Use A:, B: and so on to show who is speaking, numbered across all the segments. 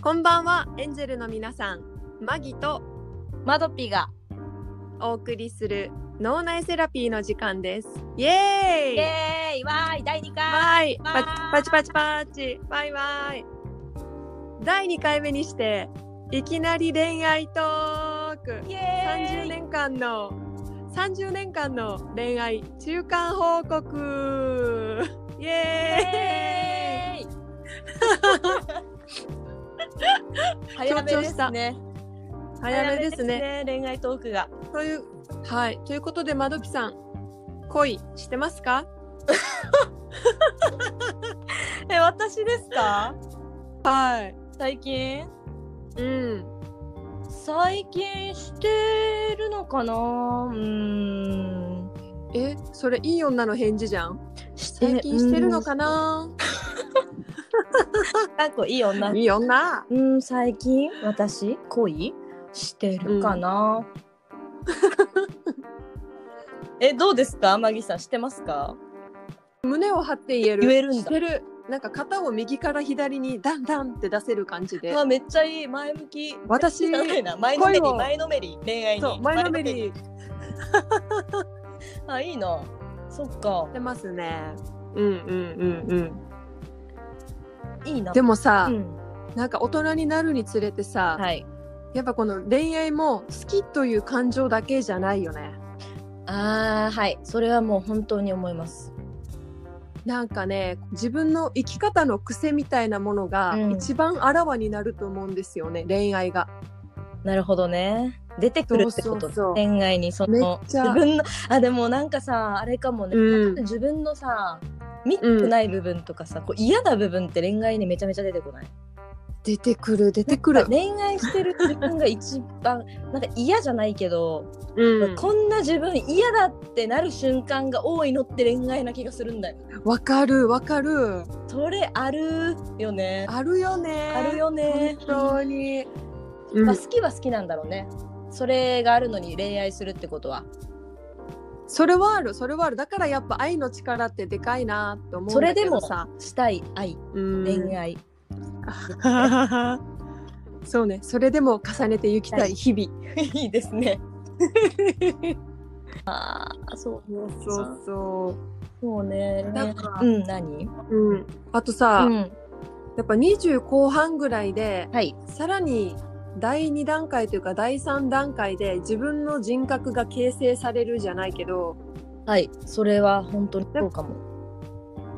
A: こんばんはエンジェルの皆さんマギと
B: マドピが
A: お送りする脳内セラピーの時間ですイエーイ
B: イエーイわーい第2回
A: バイ
B: バイ
A: パチパチパチパチバイバイ第2回目にしていきなり恋愛トーク
B: イエー
A: 30
B: イ
A: 年間の30年間の恋愛中間報告イエーイ
B: イエーイ早めですね
A: 早めですね
B: 早め恋愛トークが
A: というはいということでまどきさん恋してますか
B: え私ですか
A: はい
B: 最近
A: うん
B: 最近してるのかなうーん
A: えそれいい女の返事じゃん
B: して
A: 最近してるのかな
B: うんなんかいい女
A: いい女
B: うん最近私恋してるかな、えどうですかマギさんしてますか
A: 胸を張って言える
B: 言えるんだ
A: してるなんか肩を右から左にダンダンって出せる感じで
B: うわめっちゃいい前向き
A: 私
B: ダメな前のめり
A: 恋を
B: 前のめり恋愛に
A: そう前のめり
B: 前
A: に
B: のめりあいいなそっか
A: してますねうんうんうんうん
B: いいな
A: でもさ、
B: うん、
A: なんか大人になるにつれてさ、
B: はい
A: やっぱこの恋愛も好きという感情だけじゃないよね
B: あーはいそれはもう本当に思います
A: なんかね自分の生き方の癖みたいなものが
B: うん
A: 一番あらわになると思うんですよね、恋愛が。
B: なるほどね出てくるってこと
A: そうそうそう
B: 恋愛にそ
A: めっ
B: の
A: ちゃ
B: 自分のあでもなんかさあれかもね、
A: うん
B: 自分のさ見てない部分とかさ、こう嫌な部分って恋愛にめちゃめちゃ出てこない
A: 出てくる出てくる。
B: 恋愛してる自分が一番 なんか嫌じゃないけど、
A: うん
B: こんな自分嫌だってなる瞬間が多いのって恋愛な気がするんだよ
A: わかるわかる。
B: それあるよね
A: あるよね。
B: あるよね
A: 本当に。
B: ま
A: う
B: あ、
A: ん
B: 好きは好きなんだろうねそれがあるのに恋愛するってことは
A: それはあるそれはあるだからやっぱ愛の力ってでかいなと思うんだけどさ
B: したい愛
A: うん
B: 恋愛、
A: そうねそれでも重ねていきた い日々
B: いいで すね。ああ、そう
A: そうそ
B: そうね。
A: なんか
B: うん、何？
A: う、うん、あとさ、
B: うん、
A: やっぱ20後半ぐらいで
B: はい。
A: さらに第2段階というか第3段階で自分の人格が形成されるじゃないけど
B: はい、それは本当にそうかも。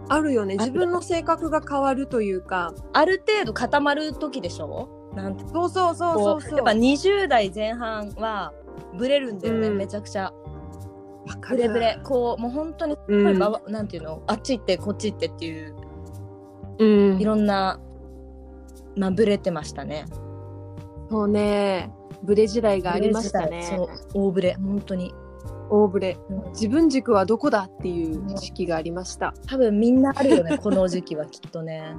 A: あるよね
B: ある
A: 自分の性格が変わるというか
B: ある程度固まる時でしょ？なんて
A: そうそうそうそう
B: やっぱ20代前半はブレるんだよね、
A: うん
B: めちゃくちゃ
A: わか
B: ブ
A: る
B: レブレこうもう本当に
A: うん
B: やっぱりばなんていうのあっち行ってこっち行ってっていう
A: うん
B: いろんな、まあブレてましたね
A: そうねブレ時代がありましたね
B: ブレ自体そう大ブレ本当に、
A: 大ブレ
B: うん
A: 自分軸はどこだっていう時期がありました
B: 多分みんなあるよ ねこの時期はきっとね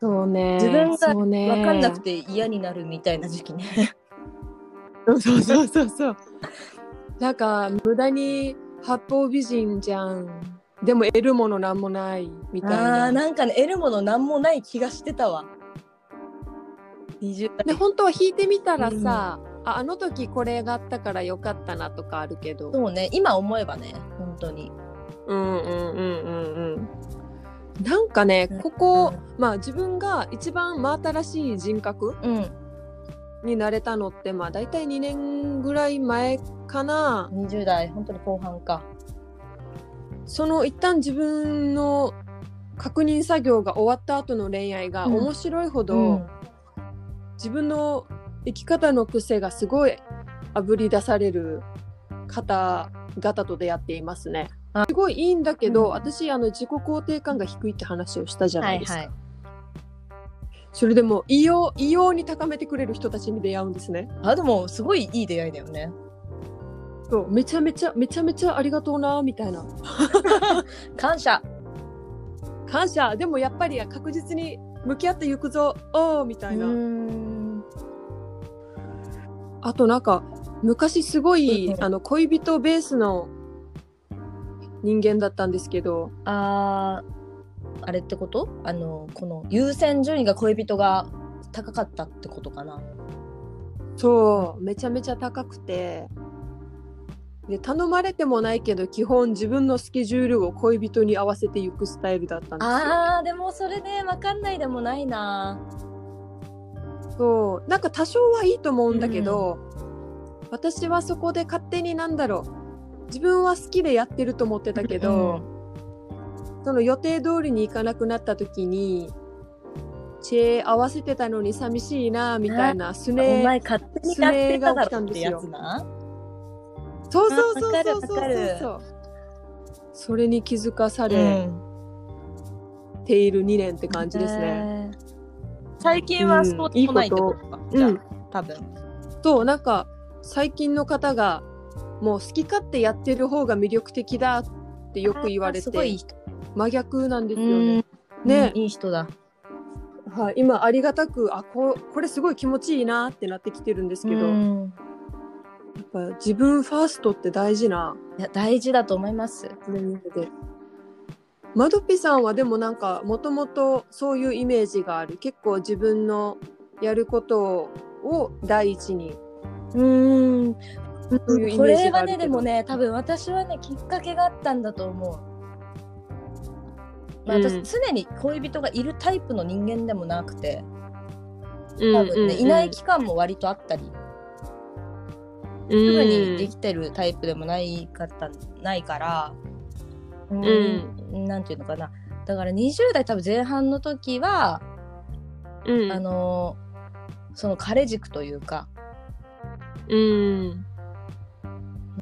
A: そうね
B: 自分が
A: そうね
B: 分かんなくて嫌になるみたいな時期ね
A: そうそうそうそうそうなんか無駄に八方美人じゃんでも得るものなんもないみたい
B: あ
A: な
B: ー なんかね得るものなんもない気がしてたわ20
A: で本当は弾いてみたらさ、ああの時これがあったからよかったなとかあるけど
B: そうね今思えばね本当に
A: うんうんうんうんうんなんかねここ、まあ自分が一番真新しい人格
B: うん
A: になれたのってまあ大体2年ぐらい前かな
B: 20代本当に後半か
A: その一旦自分の確認作業が終わった後の恋愛が
B: うん
A: 面白いほど、
B: うん
A: 自分の生き方の癖がすごいあぶり出される方々と出会っていますね
B: あ。
A: すごいいいんだけど、
B: うん
A: 私あの自己肯定感が低いって話をしたじゃ
B: は
A: ない
B: い
A: ですか。
B: はい
A: それでも異様異様に高めてくれる人たちに出会うんですね。
B: あでもすごいいい出会いだよね
A: そうめちゃめちゃめちゃめちゃありがとうなみたいな
B: 感謝
A: 感謝でもやっぱり確実に向き合っていくぞおーみたいな。
B: ん
A: あとなんか昔すごい、
B: うんうん
A: あの恋人ベースの人間だったんですけど
B: あーあれってことあのこの優先順位が恋人が高かったってことかな。
A: そうめちゃめちゃ高くてで頼まれてもないけど基本自分のスケジュールを恋人に合わせていくスタイルだったんですよ
B: あーでもそれねわかんないでもないな。
A: そうなんか多少はいいと思うんだけど、私はそこで勝手になんだろう自分は好きでやってると思ってたけど、その予定通りに行かなくなった時に知恵合わせてたのに寂しいなみたいなす
B: うん、お
A: ね
B: 前勝手にやってただろってやつな。
A: そうそうそう
B: わかる
A: そうそう
B: わかる
A: そうそれに気づかさ
B: う
A: れ
B: ん
A: ている2年って感じですね。
B: へー最近はそうでもないってことか。じゃあ、
A: うん
B: 多分。
A: となんか最近の方がもう好き勝手やってる方が魅力的だってよく言われ
B: すごいいい
A: て
B: 人。
A: 真逆なんですよ
B: うん
A: ね。ね
B: うんいい人だ。
A: はい、今ありがたくあこうこれすごい気持ちいいなってなってきてるんですけど、
B: う
A: や
B: ん
A: っぱ自分ファーストって大事ない
B: や大事だと思います。
A: で。マドピさんはでもなんかもともとそういうイメージがある結構自分のやることを第一に
B: うん。
A: そういうイ
B: こ
A: メー
B: れ
A: ジがあ
B: は
A: るけど
B: ねでもね多分私はねきっかけがあったんだと思う、まあ、
A: うん
B: 私常に恋人がいるタイプの人間でもなくて
A: 多
B: 多分ね、いない期間も割とあったり
A: す
B: すぐにできてるタイプでもないかったないからうんなんていうのかなだから20代多分前半の時は、
A: うん
B: あのその彼軸というか
A: うん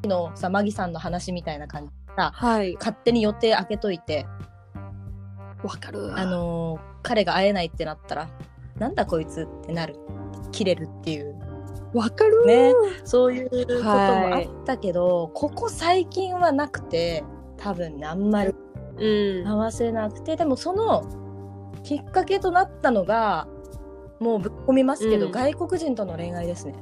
B: のさマギさんの話みたいな感じ
A: はい
B: 勝手に予定開けといて
A: わかる
B: あのー彼が会えないってなったらなんだこいつってなる切れるっていう
A: わかる
B: ねそういうこともあ
A: はい
B: ったけど、ここ最近はなくて多分ねあんまり
A: うん
B: 合わせなくてでもそのきっかけとなったのがもうぶっ込みますけど、
A: うん
B: 外国人との恋愛ですね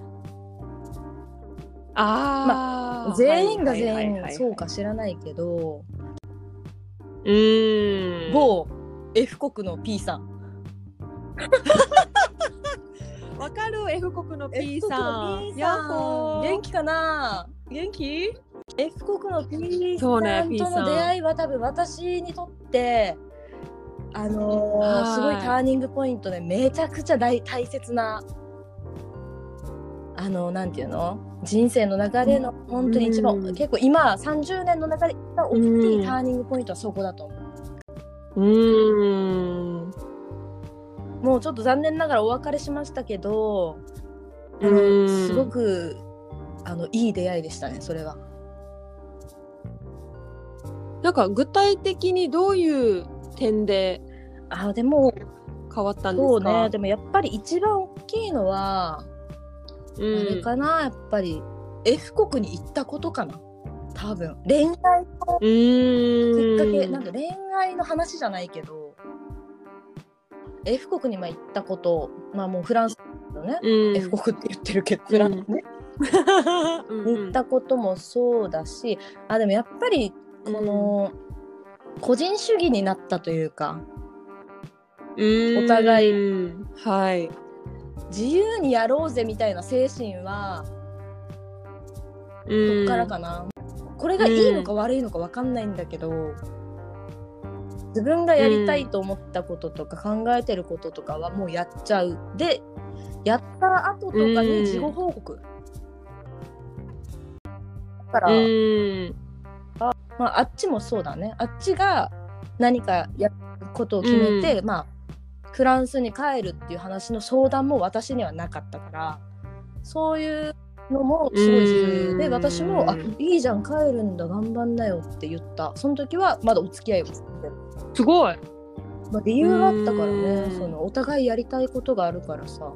A: あー
B: 全員が全
A: はいはいはいは
B: 員
A: い
B: そうか知らないけど、
A: うん
B: 某 F 国の P さん
A: わかる F 国の P さ
B: F 国の
A: ん
B: P
A: やっ
B: さん
A: ほー
B: 元気かな元気 F 国の P さ
A: そうね
B: ん
A: P
B: と
A: さ
B: の
A: ん
B: 出会いは多分私にとってあのー
A: はい
B: すごいターニングポイントでめちゃくちゃ大大切なあのーなんていうの人生の中での本当に一番、
A: うん
B: 結構今30年の中で一番大きいターニングポイントはそこだと思う、
A: うん
B: もうちょっと残念ながらお別れしましたけどあの
A: うん
B: すごくあのいい出会いでしたねそれは。
A: なんか具体的にどういう点で
B: あでも
A: 変わったんで
B: そう
A: す
B: ね
A: か
B: でもやっぱり一番大きいのは、
A: そう
B: あれかなやっぱり F 国に行ったことかな多分恋
A: うん
B: 愛
A: うん
B: きっかけ、なんか恋愛の話じゃないけど F 国にまあ行ったことまあもうフランスのね、
A: うん
B: F 国って言ってるけどフランスね、
A: うん
B: 行 ったこともそうだしあでもやっぱりこの、個人主義になったというか
A: うん
B: お互い
A: うんはい
B: 自由にやろうぜみたいな精神はどっからかな、これがいいのか悪いのか分かんないんだけど、自分がやりたいと思ったこととか考えてることとかはもうやっちゃうでやった後とか
A: うん
B: に事後報告、だから、
A: うん
B: まあ、あっちもそうだねあっちが何かやることを決めて、まあフランスに帰るっていう話の相談も私にはなかったからそういうのもすごい重要で
A: うん
B: 私も「あいいじゃん帰るんだ頑張んなよ」って言ったその時はまだお付き合いをしてる、
A: すごい
B: まあ、理由があったから
A: う
B: ね
A: ん
B: そのお互いやりたいことがあるからさ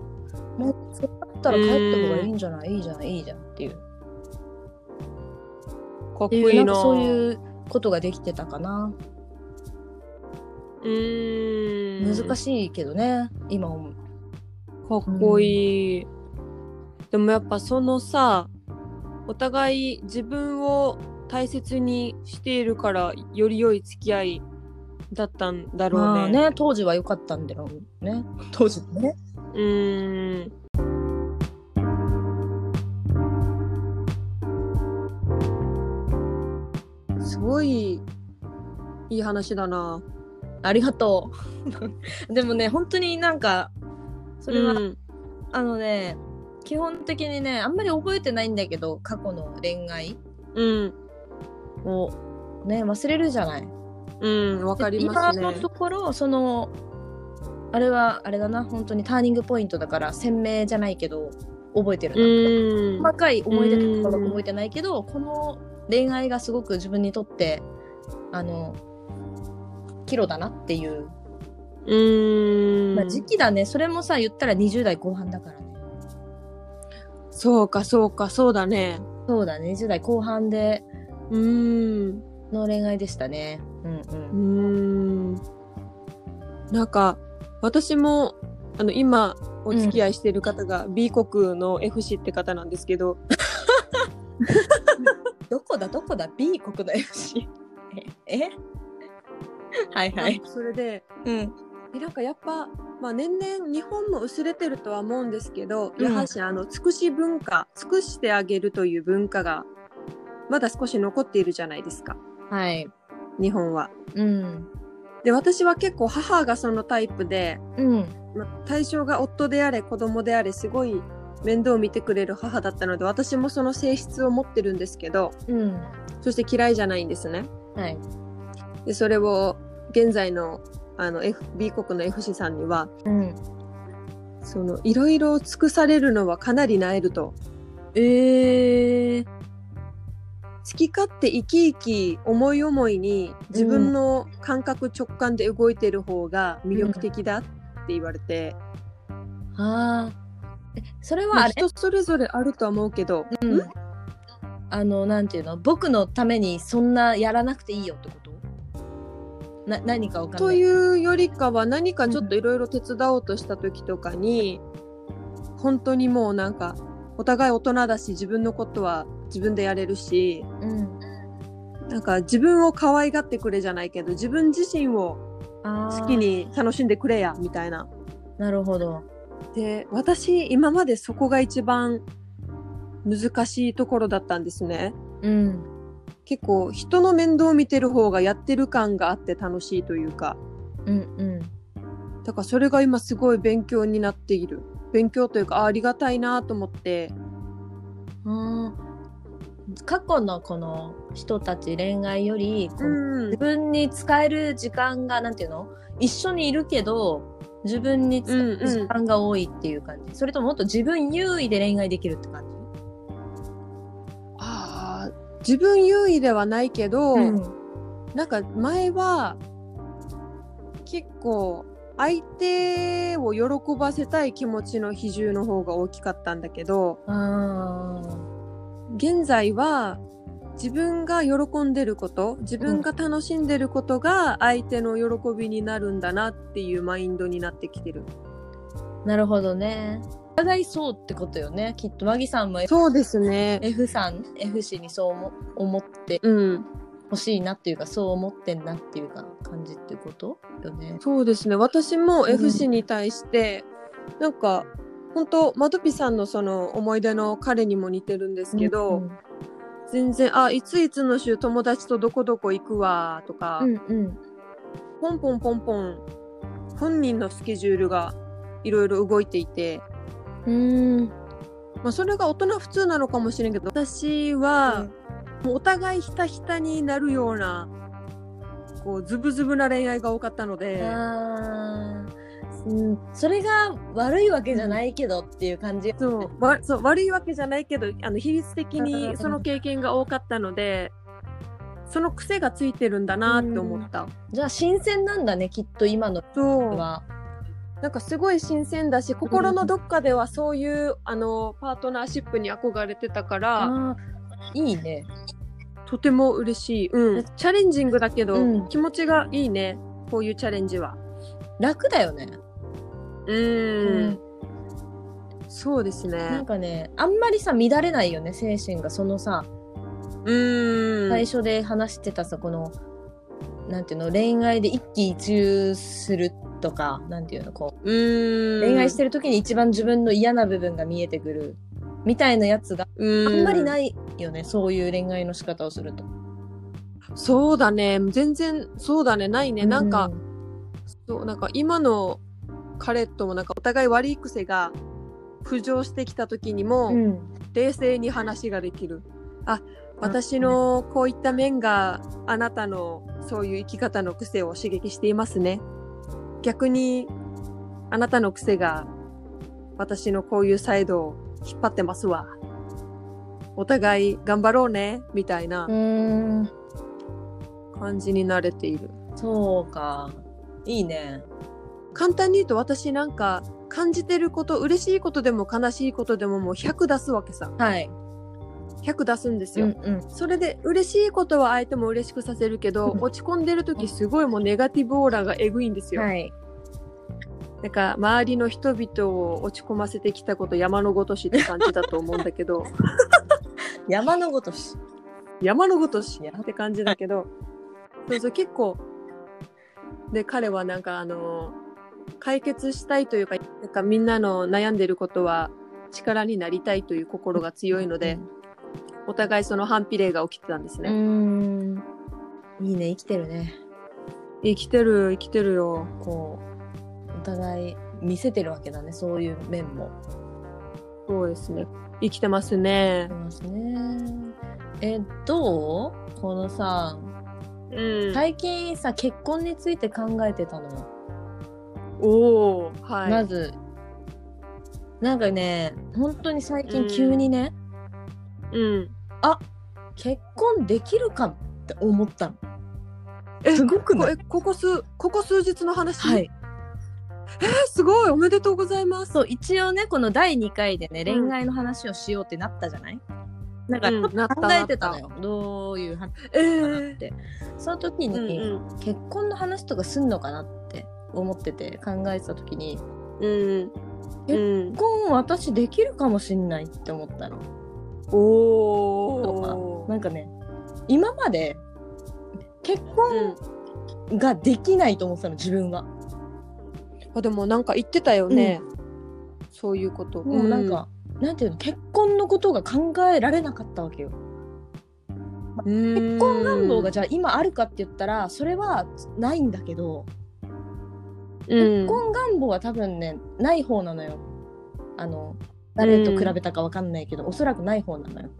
B: もうそれだったら帰った方がいいんじゃないいいじゃんいいじゃんっていう
A: かっ
B: って
A: こ
B: いう
A: い
B: ないんか
A: な
B: そういうことができてたかな。
A: うん
B: 難しいけどね今思う
A: かっこいい、でもやっぱそのさお互い自分を大切にしているからより良い付き合いだったんだろ
B: ま
A: う
B: あ
A: ね。
B: ね当時は良かったんだろうね当時ね
A: うーん。すごいいい話だな。
B: ありがと うでもね本当になんかそれは、
A: うん
B: あのね基本的にねあんまり覚えてないんだけど過去の恋愛
A: うん
B: をね忘れるじゃない
A: うんわかります
B: 今
A: ね
B: の。ところそのあれはあれだな本当にターニングポイントだから鮮明じゃないけど覚えて
A: う
B: る
A: ー
B: な、
A: ん。
B: 細かい思い出とか
A: う
B: は
A: ん
B: 覚えてないけどこの恋愛がすごく自分にとってあの岐路だなっていう、
A: うーん。
B: まあ、時期だねそれもさ言ったら20代後半だからね
A: そうかそうかそうだね。
B: そうだね20代後半で
A: うーん。
B: の恋愛でしたねうん
A: うーん。なんか私もあの今お付き合いしてる方が B 国の FC って方なんですけど、
B: どこだどこだ B 国の FC ええはいはい
A: それで
B: うん
A: えなんかやっぱ、まあ、年々日本も薄れてるとは思うんですけど、
B: うん
A: やはりあの尽くし文化尽くしてあげるという文化がまだ少し残っているじゃないですか
B: はい
A: 日本は。
B: うん
A: で私は結構母がそのタイプで、
B: うん
A: まあ対象が夫であれ子供であれすごい面倒を見てくれる母だったので私もその性質を持ってるんですけど
B: うん。
A: そして嫌いじゃないんですね。
B: はい。
A: でそれを現在のあの F B 国の FC さんには
B: うん。
A: そのいろいろ尽くされるのはかなりなえると
B: ええー。
A: 好き勝手生き生き思い思いに自分の感覚直感で動いてる方が魅力的だって言われて、
B: ああ。えそれ
A: ま
B: は
A: あ
B: あれ、
A: 人それぞれあるとは思うけど、
B: うんあの、なんていうの僕のためにそんなやらなくていいよってことな、何かわかん
A: と
B: ない。う。
A: いうよりかは何かちょっといろいろ手伝おうとした時とかに、本当にもうなんかお互い大人だし自分のことは自分でやれるし
B: うん。
A: なんか自分を可愛がってくれじゃないけど自分自身を
B: あー
A: 好き。に楽しんでくれやみたいな
B: なるほど。
A: で私今までそこが一番難しいところだったんですね
B: うん。
A: 結構人の面倒を見てる方がやってる感があって楽しいというか
B: うんうん。
A: だからそれが今すごい勉強になっている勉強というかあありがたいなと思って
B: あー過去のこの人たち恋愛より、この
A: うん
B: 自分に使える時間がなんていうの一緒にいるけど自分に使える時間が多いっていう感じ、それとももっと自分優位で恋愛できるって感じ
A: あー自分優位ではないけど、
B: うん
A: なんか前は結構相手を喜ばせたい気持ちの比重の方が大きかったんだけど、
B: あ
A: 現在は自分が喜んでること自分が楽しんでることが相手の喜びになるんだなっていうマインドになってきてる
B: ーなるほどねお互いそうってことよねきっとマギさんも F,
A: そうですね
B: F さん F 氏にそう思思って
A: うん
B: ほしいなっていうかそう思ってんなっていうか感じってことよね
A: そうですね私も
B: ん
A: F 氏に対して、なんか本当マドピさんのその思い出の彼にも似てるんですけど、
B: うん
A: 全然「あいついつの週友達とどこどこ行くわ」とか、
B: うんうん
A: ポンポンポンポン本人のスケジュールがいろいろ動いていて。
B: うんうん
A: まあ、それが大人普通なのかもしれんけど私はもうお互いひたひたになるようなこうズブズブな恋愛が多かったので
B: あーうん、それが悪いわけじゃないけどっていう感じ、
A: そうわそう悪いわけじゃないけどあの比率的
B: うんうん
A: にその経験が多かったのでその癖がついてるんだなって思った。
B: じゃあ新鮮なんだねきっと今の
A: そう
B: は
A: なんかすごい新鮮だし心のどっかではそういうあのパートナーシップに憧れてたから
B: あーいいね
A: とても嬉しい、うん、チャレンジングだけど、
B: うん
A: 気持ちがいいねこういうチャレンジは。
B: 楽だよね、
A: う、
B: うん
A: そうです
B: な
A: ね
B: ん。かねあんまりさ乱れないよね精神がそのさ
A: うん。
B: 最初で話してたさこのなんていうの恋愛で一喜一憂するとかなんていうのこ
A: うー
B: うん恋愛して
A: る
B: る時に一番自分の嫌な部分が見えてくるみたいなやつがあんまりないいよねそういう恋愛の仕方をすると。
A: そうだね全然そうだねないね、なんか
B: う
A: そうなんか今の彼ともなんかお互い悪い癖が浮上してきた時にも、
B: ん
A: 冷静に話ができるあ私のこういった面があなたのそういう生き方の癖を刺激していますね逆にあなたの癖が私のこういうサイドを引っ張ってますわお互い頑張ろうねみたいな
B: うーん
A: 感じに慣れている
B: そうかいいね。
A: 簡単に言うと私なんか感じてること嬉しいことでも悲しいことでももう100出すわけさ
B: はい。
A: 100出すんです
B: う
A: よ、
B: んうん
A: それで嬉しいことは相手も嬉しくさせるけど、
B: うん
A: 落ち込んでる時すごいもうネガティブオーラがえぐいんですよ。
B: はい。
A: なんか周りの人々を落ち込ませてきたこと山のごとしって感じだと思うんだけど
B: 山のごとし。
A: 山のごとしって感じだけどそうそう結構で彼はなんかあの解決したいというかなんかみんなの悩んでることは力になりたいという心が強いので、お互いその反比例が起きてたんです
B: う
A: ね。
B: ーん。いいね生きてるね。
A: 生きてる生きてるよ。
B: こうお互い見せてるわけだねそういう面も
A: そうですね。生きてますね
B: あり。ますねえどうこのさ
A: うん
B: 最近さ結婚について考えてたのよ、
A: おお、はい。
B: まずなんかね本当に最近急にね、
A: うん。
B: 結婚できるかもって思ったの
A: え
B: すご
A: こ
B: くない
A: えここ数ここ数日の話。
B: はい。
A: えすごいおめでとうございます。
B: そう一応ねこの第2回でね
A: うん
B: 恋愛の話をしようってなったじゃない、なんか
A: うん
B: ちょっ
A: な
B: と
A: った
B: 考えてたのよどういう話
A: ええ
B: かなって、その時
A: うん
B: に、結婚の話とかすんのかなって思ってて考えてた時に
A: うんうん。
B: 結婚私できるかもしんないって思ったの
A: お
B: と
A: お
B: か。なんかね今まで結
A: うん
B: 婚、ができないと思ってたの自分は、
A: あでもなんか言ってたよね、そういうこと
B: もうなんか、なんていうの結婚のことが考えられなかったわけよ
A: 結
B: 結婚願望がじゃあ今あるかって言ったらそれはないんだけど結婚願望は多分ねない方なのよあの誰と比べたかわかんないけど、おそらくない方なのよ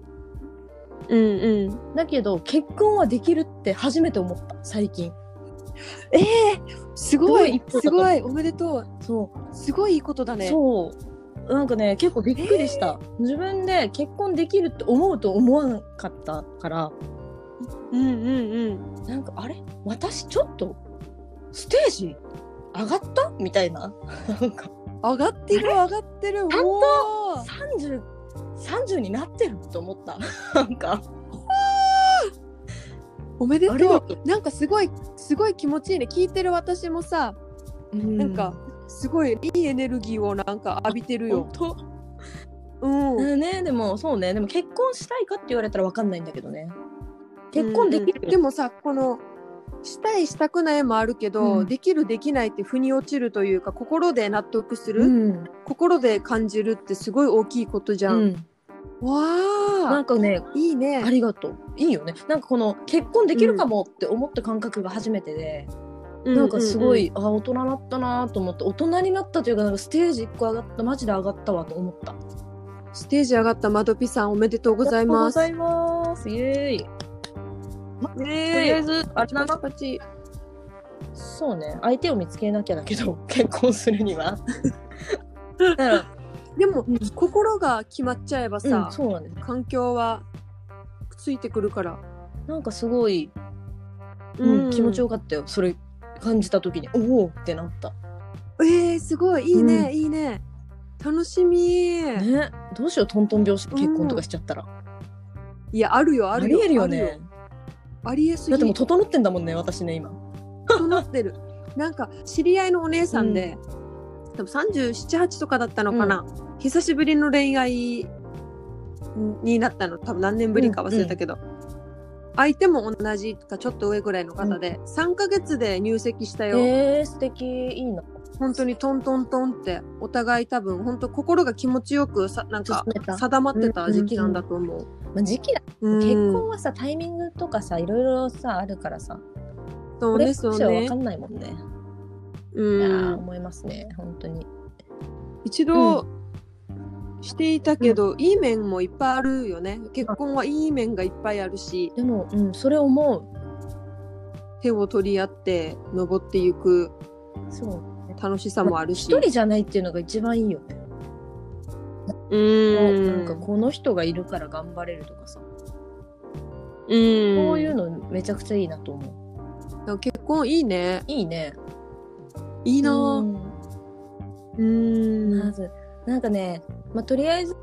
A: うんうん
B: だけど結婚はできるって初めて思った最近
A: ええすごい
B: すごい
A: すごいおめでとう
B: そ
A: すごいいいことだ
B: う、
A: ね
B: そうなんかね結構びっくりした、自分で結婚できるって思うと思わなかったから
A: うんうんうん
B: なんかあれ私ちょっとステージ上がったみたいななんか
A: 上がってる上がってる
B: ちゃんと
A: おー
B: 30, 30になってると思った なんか
A: おめで
B: あり
A: と
B: が
A: う
B: とう
A: なんかすごいすごい気持ちいいね聞いてる私もさなんかすごいいいエネルギーをなんか浴びてるよ
B: 本、当
A: うん
B: うんねでもそうねでも結婚したいかって言われたらわかんないんだけどね結婚できる、
A: うんでもさこのしたいしたくないもあるけど、
B: うん
A: できるできないって腑に落ちるというか心で納得する、
B: うん
A: 心で感じるってすごい大きいことじゃ、
B: うんん、な
A: わ
B: ん
A: あ
B: かね
A: いいね
B: ありがとういいよねなんかこの結婚できるかもって思った感覚が初めてで、なんかすごい、あ大人になったなと思って大人になったというかなんかステージ1個上がったマジで上がったわと思った
A: うんうんステージ上がったまどぴさんおめでとうございます
B: ありがとうございますイエーイとりあえ
A: ねえ
B: ずあれだな
A: パチパチ
B: そうね相手を見つけなきゃだけど 結婚するに はだから、
A: でも心が決まっちゃえば
B: うん、
A: さ、
B: そうなんです
A: 環境はついてくるから、
B: なんかすごい、うん気持ちよかったよそれ感じた時におおってなった
A: えー、すごいいいね、
B: うん
A: いいね楽しみ、
B: ねどうしようトントン拍子で結婚とかしちゃったら、
A: いやあるよあ
B: あ
A: る
B: り
A: よ
B: えるよ
A: あ
B: ね
A: ありえすぎ
B: だってもう
A: る
B: 整ってんだもんね私ね今
A: 整ってる なんか知り合いのお姉さんで、多分378とかだったのかな、久しぶりの恋愛になったの多分何年ぶりか忘れたけど、相手も同じかちょっと上ぐらいの方で、3ヶ月で入籍したよ、
B: えー、素敵いいな
A: 本当にトントントンってお互い多分本当心が気持ちよくさなんか
B: 進めた
A: 定まってた時期なんだと思う、
B: まあ、時期だ
A: うん
B: 結婚はさタイミングとかさいろいろさあるからさ
A: そう
B: これ
A: ね
B: 以
A: そう
B: 上わ
A: ね
B: か、んないもんねいや
A: う
B: ー
A: ん、
B: 思いますね本当に
A: 一度していたけど、いい面もいっぱいあるよね結婚はいい面がいっぱいあるし
B: でも、うん、それ思う
A: 手を取り合って登っていく
B: そう
A: 楽しさもあるし、
B: 一人じゃないっていうのが一番いいよね
A: う
B: なんんかこの人がいるから頑張れるとかさ
A: うん
B: こういうのめちゃくちゃいいなと思う
A: なんか結婚いいね
B: いいね
A: い
B: い
A: いなぁうん
B: まずなんかね、まあ、とりあえず、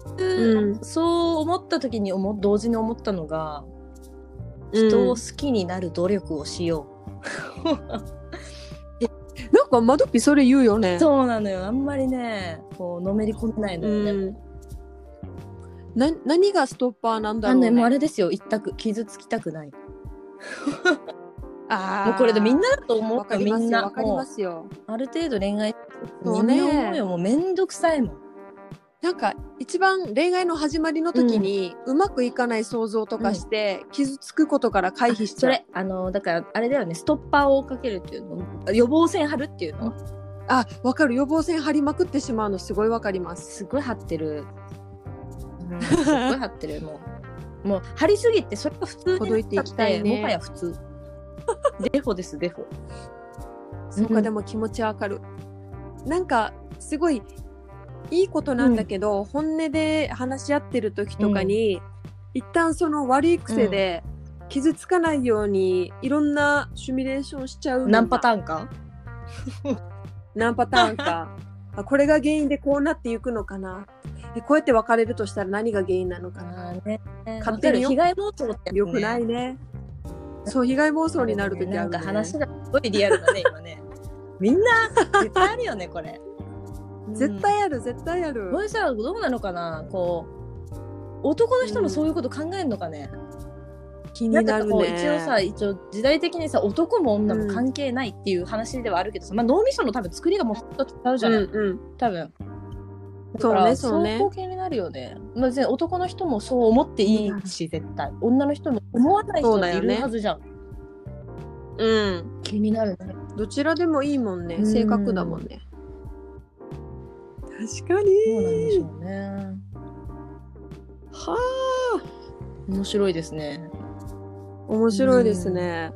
A: う
B: そう思った時に思同時に思ったのが人を
A: うん
B: 好きになる努力をしよ
A: なんかマドピそれ言うよ
B: う、
A: ね
B: そうなのよあんまりねこうのめり込めないのよね、
A: んな何がストッパーなんだ
B: あ
A: ろ
B: の
A: う
B: ね
A: ね
B: もうあれですよ一択傷つきたくないも
A: あー
B: うこれでみんなだと思
A: わ
B: う
A: か
B: よ
A: り
B: み
A: ます
B: ん
A: よ
B: な
A: わかり
B: も
A: ま
B: う
A: すよ
B: ある程度恋愛
A: そうね
B: みんな思うよもうめんどくさいもん
A: なんか一番恋愛の始まりの時に、うまくいかない想像とかして、傷つくことから回避しち
B: そ
A: ゃう
B: れあのだからあれだよねストッパーをかけるっていうのあ予防線張るっていうの
A: あわかる予防線張りまくってしまうのすごいわかり ます
B: すごい張ってる、うん、すっごい張ってるもう もう張りすぎてそれが普通に
A: ほどいてい
B: なっ
A: き
B: ちゃった
A: い
B: て
A: ね
B: もはや普 通デフォですデフォ
A: そう
B: う
A: か
B: ん
A: でも気持ちはわかるなんかすごいいいことなんだけど、本音で話し合ってる時とかに、一旦その悪い癖で傷つかないようにいろんなシミュレーションしちゃう
B: 何パタ
A: ーン
B: ーンか
A: 何パターン かあこれが原因でこうなっていくのかなえこうやって別れるとしたら何が原因なのかな
B: あーね
A: 勝手によ
B: わかる被害妄想ってやつね
A: よくないね。そう、被害妄想になるときある、ね。
B: なんか話がすごいリアルだね 今ねみんな絶対あるよねこれ
A: 絶対ある、絶対あ
B: こ
A: る。
B: れさどうなのかなこう男の人もそういうこと考えるのかね、
A: 気
B: な
A: に
B: んか
A: なる
B: こう
A: ね。
B: 一応さ一応時代的にさ男も女も関係ないっていう話ではあるけどさ、まあ、脳みその多分作りがもうちょっと違うじゃ
A: うん
B: ない、
A: うん。
B: 多分
A: そうね
B: だから
A: そうね
B: そういう光景になるよね、まあ、全然男の人もそう思っていいし絶対女の人も思わない人もいるはずじゃん、
A: うん。
B: 気になるね
A: どちらでもいいもんね
B: う。ん
A: 性格だもんね。確か
B: どうなんでし
A: に。
B: ょうね
A: は
B: 面白いですね
A: あ、面白いですね。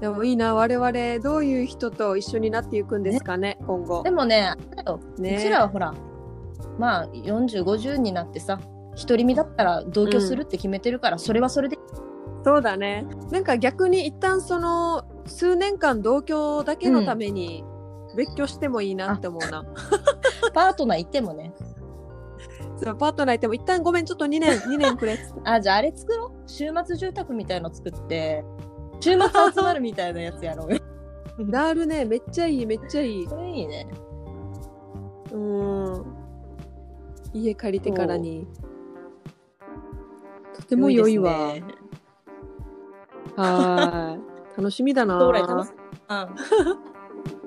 A: でもいいな、我々どういう人と一緒になっていくんですかね、今後
B: で。もねあれだよ
A: ね。
B: うちらはほらまあ4050になってさ独り身だったら同居するって決めてるから、それはそれで
A: そうだね。なんか逆に一旦その数年間同居だけのために別居してもいいなって思うな。
B: パートナーいてもね
A: そうパートナーいても一旦ごめんちょっと2年2年くれっつって
B: あじゃああれ作ろう週末住宅みたいの作って週末集まるみたいなやつや ろうよ
A: なるねめっちゃいいめっちゃいい
B: それいいね
A: うん家借りてからにとても良いわ
B: 良ですね
A: はーい楽しみだな
B: 将来楽しみうん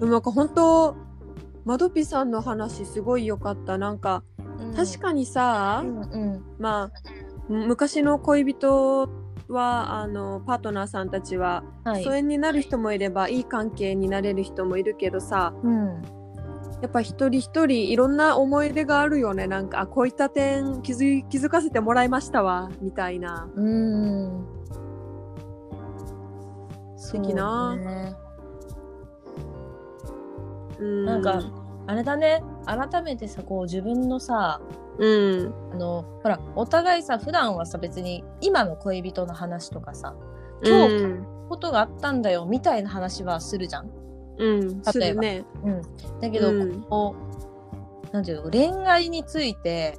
A: でもなんか本当マドピさんの話すごい良かったなんか確かにさ、
B: うんうん
A: まあむ昔の恋人はあのパートナーさんたちは、
B: はい
A: 疎遠になる人もいれば、いい関係になれる人もいるけどさ、
B: うん
A: やっぱ一人一人いろんな思い出があるよねなんかあこういった点気づい気づかせてもらいましたわみたいな
B: うん素
A: 敵なうん
B: なんかあれだね改めてさこう自分のさ
A: うん
B: あのほらお互いさ普段はさ別に今の恋人の話とかさ
A: 今
B: 今
A: 日
B: 日ことがあったんだよみたいな話はするじゃん。
A: うんす
B: 例え
A: る
B: ば
A: ね
B: だけど、
A: うん
B: こうなんていうの恋愛について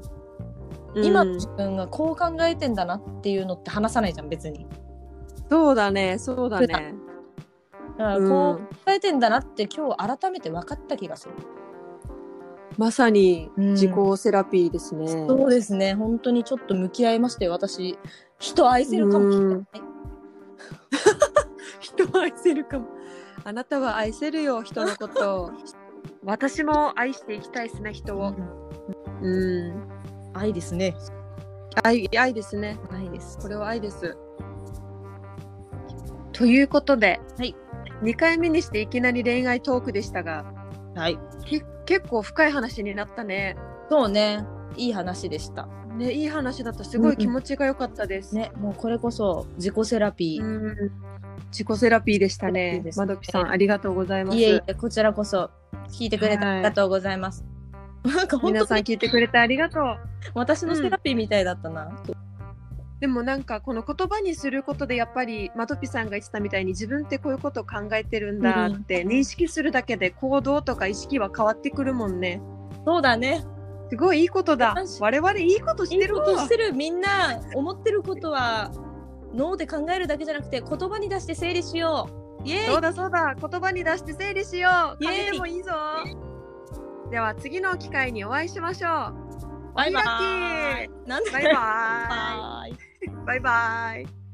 B: 今
A: う
B: の
A: ん
B: 自分がこう考えてんだなっていうのって話さないじゃん別に。
A: そうだねそうだ
B: 普
A: ね
B: だからこう伝えてんだなって今日改めて分かった気がする。
A: まさに自己セラピーですね。
B: そうですね本当にちょっと向き合いまして私人愛せるかもしれない。
A: うん 人を愛せるかも。あなたは愛せるよ、人のことを。 私も愛していきたいですね、人を。うん。
B: 愛ですね。
A: 愛、愛ですね。
B: 愛です
A: これは愛です。ということで、
B: はい、
A: 2回目にしていきなり恋愛トークでしたが、
B: はい。
A: け結構深い話になったね。
B: そうね。いい話でした。
A: ね、いい話だった。すご
B: うんう
A: い
B: ん
A: 気持ちが良かったです。
B: ね、もうこれこそ自己セラピー。
A: うん。自己セラピーでした
B: セラピ
A: ね
B: ーで。すね
A: まどきさん、ありがとうございます。
B: いえいえ、こちらこそ聞いてくれてありがとうございます。なんか本
A: 皆
B: 当
A: さん聞いてくれてありがとう。
B: 私のセラピーみたいだったな。
A: でもなんかこの言葉にすることでやっぱりまとぴさんが言ってたみたいに自分ってこういうことを考えてるんだって認識するだけで行動とか意識は変わってくるもんね
B: そうだね。
A: すごいいいことだ
B: 確か
A: 我
B: に
A: 々いいことし
B: い
A: て
B: い
A: る
B: こ
A: わ
B: としてるみんな思ってることは脳で考えるだけじゃなくて言葉に出して整理しよう。イエ
A: そ
B: ー
A: うだそうだ言葉に出して整理しよう
B: イエーイ
A: 紙でもいいぞでは次の機会にお会いしましょう
B: イバイバーイ。なんで
A: バイ
B: バイ
A: バ
B: バーイ。
A: イバイバイ